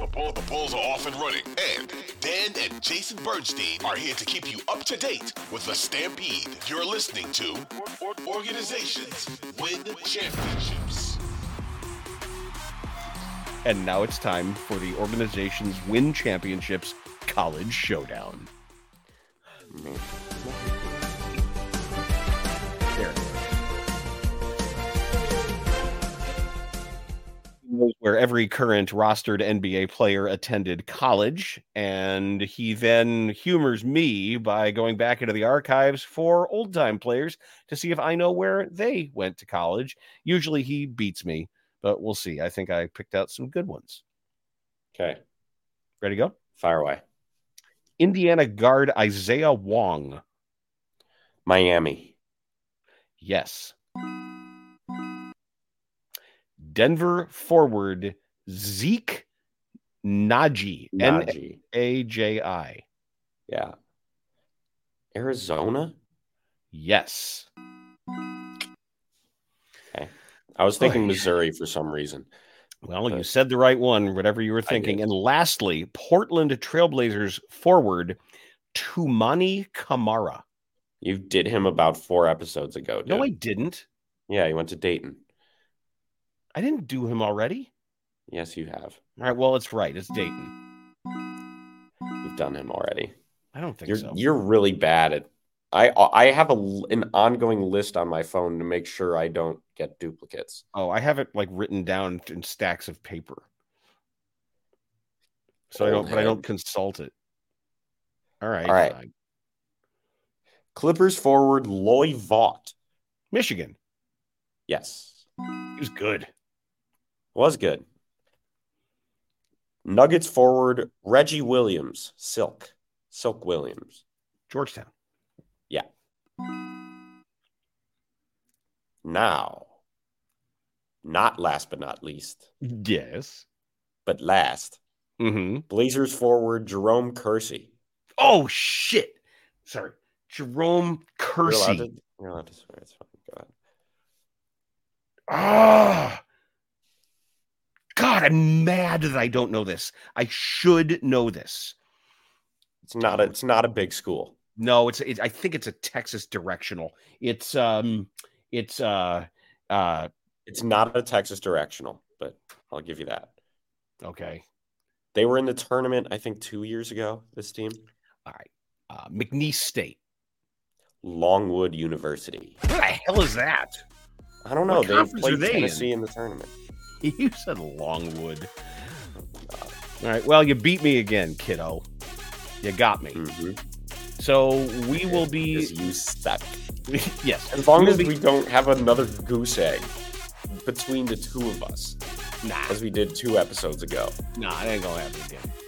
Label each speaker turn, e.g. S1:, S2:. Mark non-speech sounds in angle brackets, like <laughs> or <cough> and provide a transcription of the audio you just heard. S1: The, bull, the Bulls are off and running, and Dan and Jason Bernstein are here to keep you up to date with the Stampede. You're listening to Or- Or- Organizations Win Championships.
S2: And now it's time for the organization's win championships college showdown. There. Where every current rostered NBA player attended college, and he then humors me by going back into the archives for old time players to see if I know where they went to college. Usually he beats me, but we'll see. I think I picked out some good ones.
S3: Okay,
S2: Ready to go?
S3: fire away.
S2: Indiana guard Isaiah Wong.
S3: Miami,
S2: Yes. Denver forward Zeke Naji. N
S3: Najee.
S2: A J I.
S3: Yeah. Arizona.
S2: Yes.
S3: I was
S2: Oy. <laughs>
S3: thinking Missouri for some reason.
S2: Well, you
S3: But-
S2: said the right one, whatever you were thinking.
S3: did.
S2: And lastly, Portland Trailblazers forward Tumani Kamara.
S3: You did him about four episodes ago.
S2: No,
S3: dude.
S2: I didn't.
S3: yeah, he went to Dayton.
S2: I didn't do him already.
S3: Yes, you have.
S2: All right. Well, it's right. It's Dayton.
S3: You've done him already.
S2: I don't think
S3: You're
S2: so.
S3: you're really bad at. I I have a l- an ongoing list on my phone to make sure I don't get duplicates.
S2: Oh, I have it like written down in stacks of paper. So I
S3: Old
S2: don't, but I
S3: head.
S2: don't consult it. All right.
S3: All right.
S2: fine.
S3: Clippers forward Loy Vaught.
S2: Michigan.
S3: Yes,
S2: He was good.
S3: was good. Nuggets forward Reggie Williams. Silk. Silk Williams.
S2: Georgetown.
S3: Now, not last but not least,
S2: Yes.
S3: but last,
S2: Mm-hmm.
S3: Blazers forward Jerome Kersey.
S2: Oh shit. Sorry. Jerome
S3: You're allowed
S2: Kersey.
S3: to- you're allowed to swear. It's fine. Go ahead.
S2: Ah. God, I'm mad that I don't know this. I should know this.
S3: It's not a, it's not a big school.
S2: No, it's, it's I think it's a Texas directional. It's um it's uh uh
S3: It's not a Texas directional, but I'll give you that.
S2: okay.
S3: They were in the tournament, I think, two years ago, this team.
S2: Uh McNeese State.
S3: Longwood University.
S2: What the hell is that?
S3: I don't know.
S2: What
S3: They
S2: conference are
S3: played
S2: they in?
S3: Tennessee in the tournament.
S2: <laughs> You said Longwood. All right. Well, you beat me again, kiddo. You got me.
S3: Mhm.
S2: So we will
S3: Because
S2: be
S3: you suck.
S2: <laughs> yes.
S3: As long
S2: will
S3: as
S2: be-
S3: we don't have another goose egg between the two of us,
S2: Nah,
S3: as we did two episodes ago.
S2: nah, it ain't gonna happen again.